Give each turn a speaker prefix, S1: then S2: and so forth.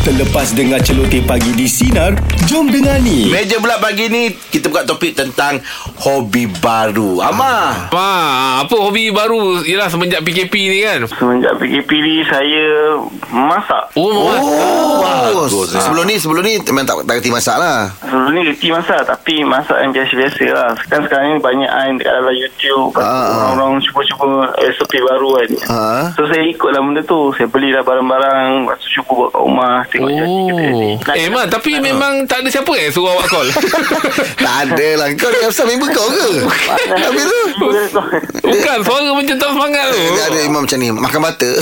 S1: Terlepas dengar celoteh pagi di Sinar, jom dengar ni.
S2: Meja bulat pagi ni kita buka topik tentang hobi baru. Amah.
S3: Ma, apa hobi baru Yelah semenjak PKP ni kan
S4: Semenjak PKP ni saya masak.
S3: Oh, oh.
S2: bagus. eh?
S5: Oh, sebelum ni sebelum ni memang tak tak kerti masak lah.
S4: Sebelum ni reti masak tapi masak yang biasa-biasa lah. Sekarang sekarang ni banyak kan dekat dalam YouTube lepas tu
S5: Ah, ah.
S4: orang-orang cuba-cuba resipi baru kan.
S5: Ah.
S4: So saya ikutlah benda tu. Saya belilah barang-barang lepas tu cuba buat kat rumah tengok jadi kita jadi.
S3: Oh. Eh Ma Tapi memang Tak ada siapa eh Suruh awak call
S5: tak ada lah. Kau ni asal member kau ke? Habis tu.
S3: Bukan Suara macam tak semangat tu
S5: Dia ada imam macam ni. Makan butter.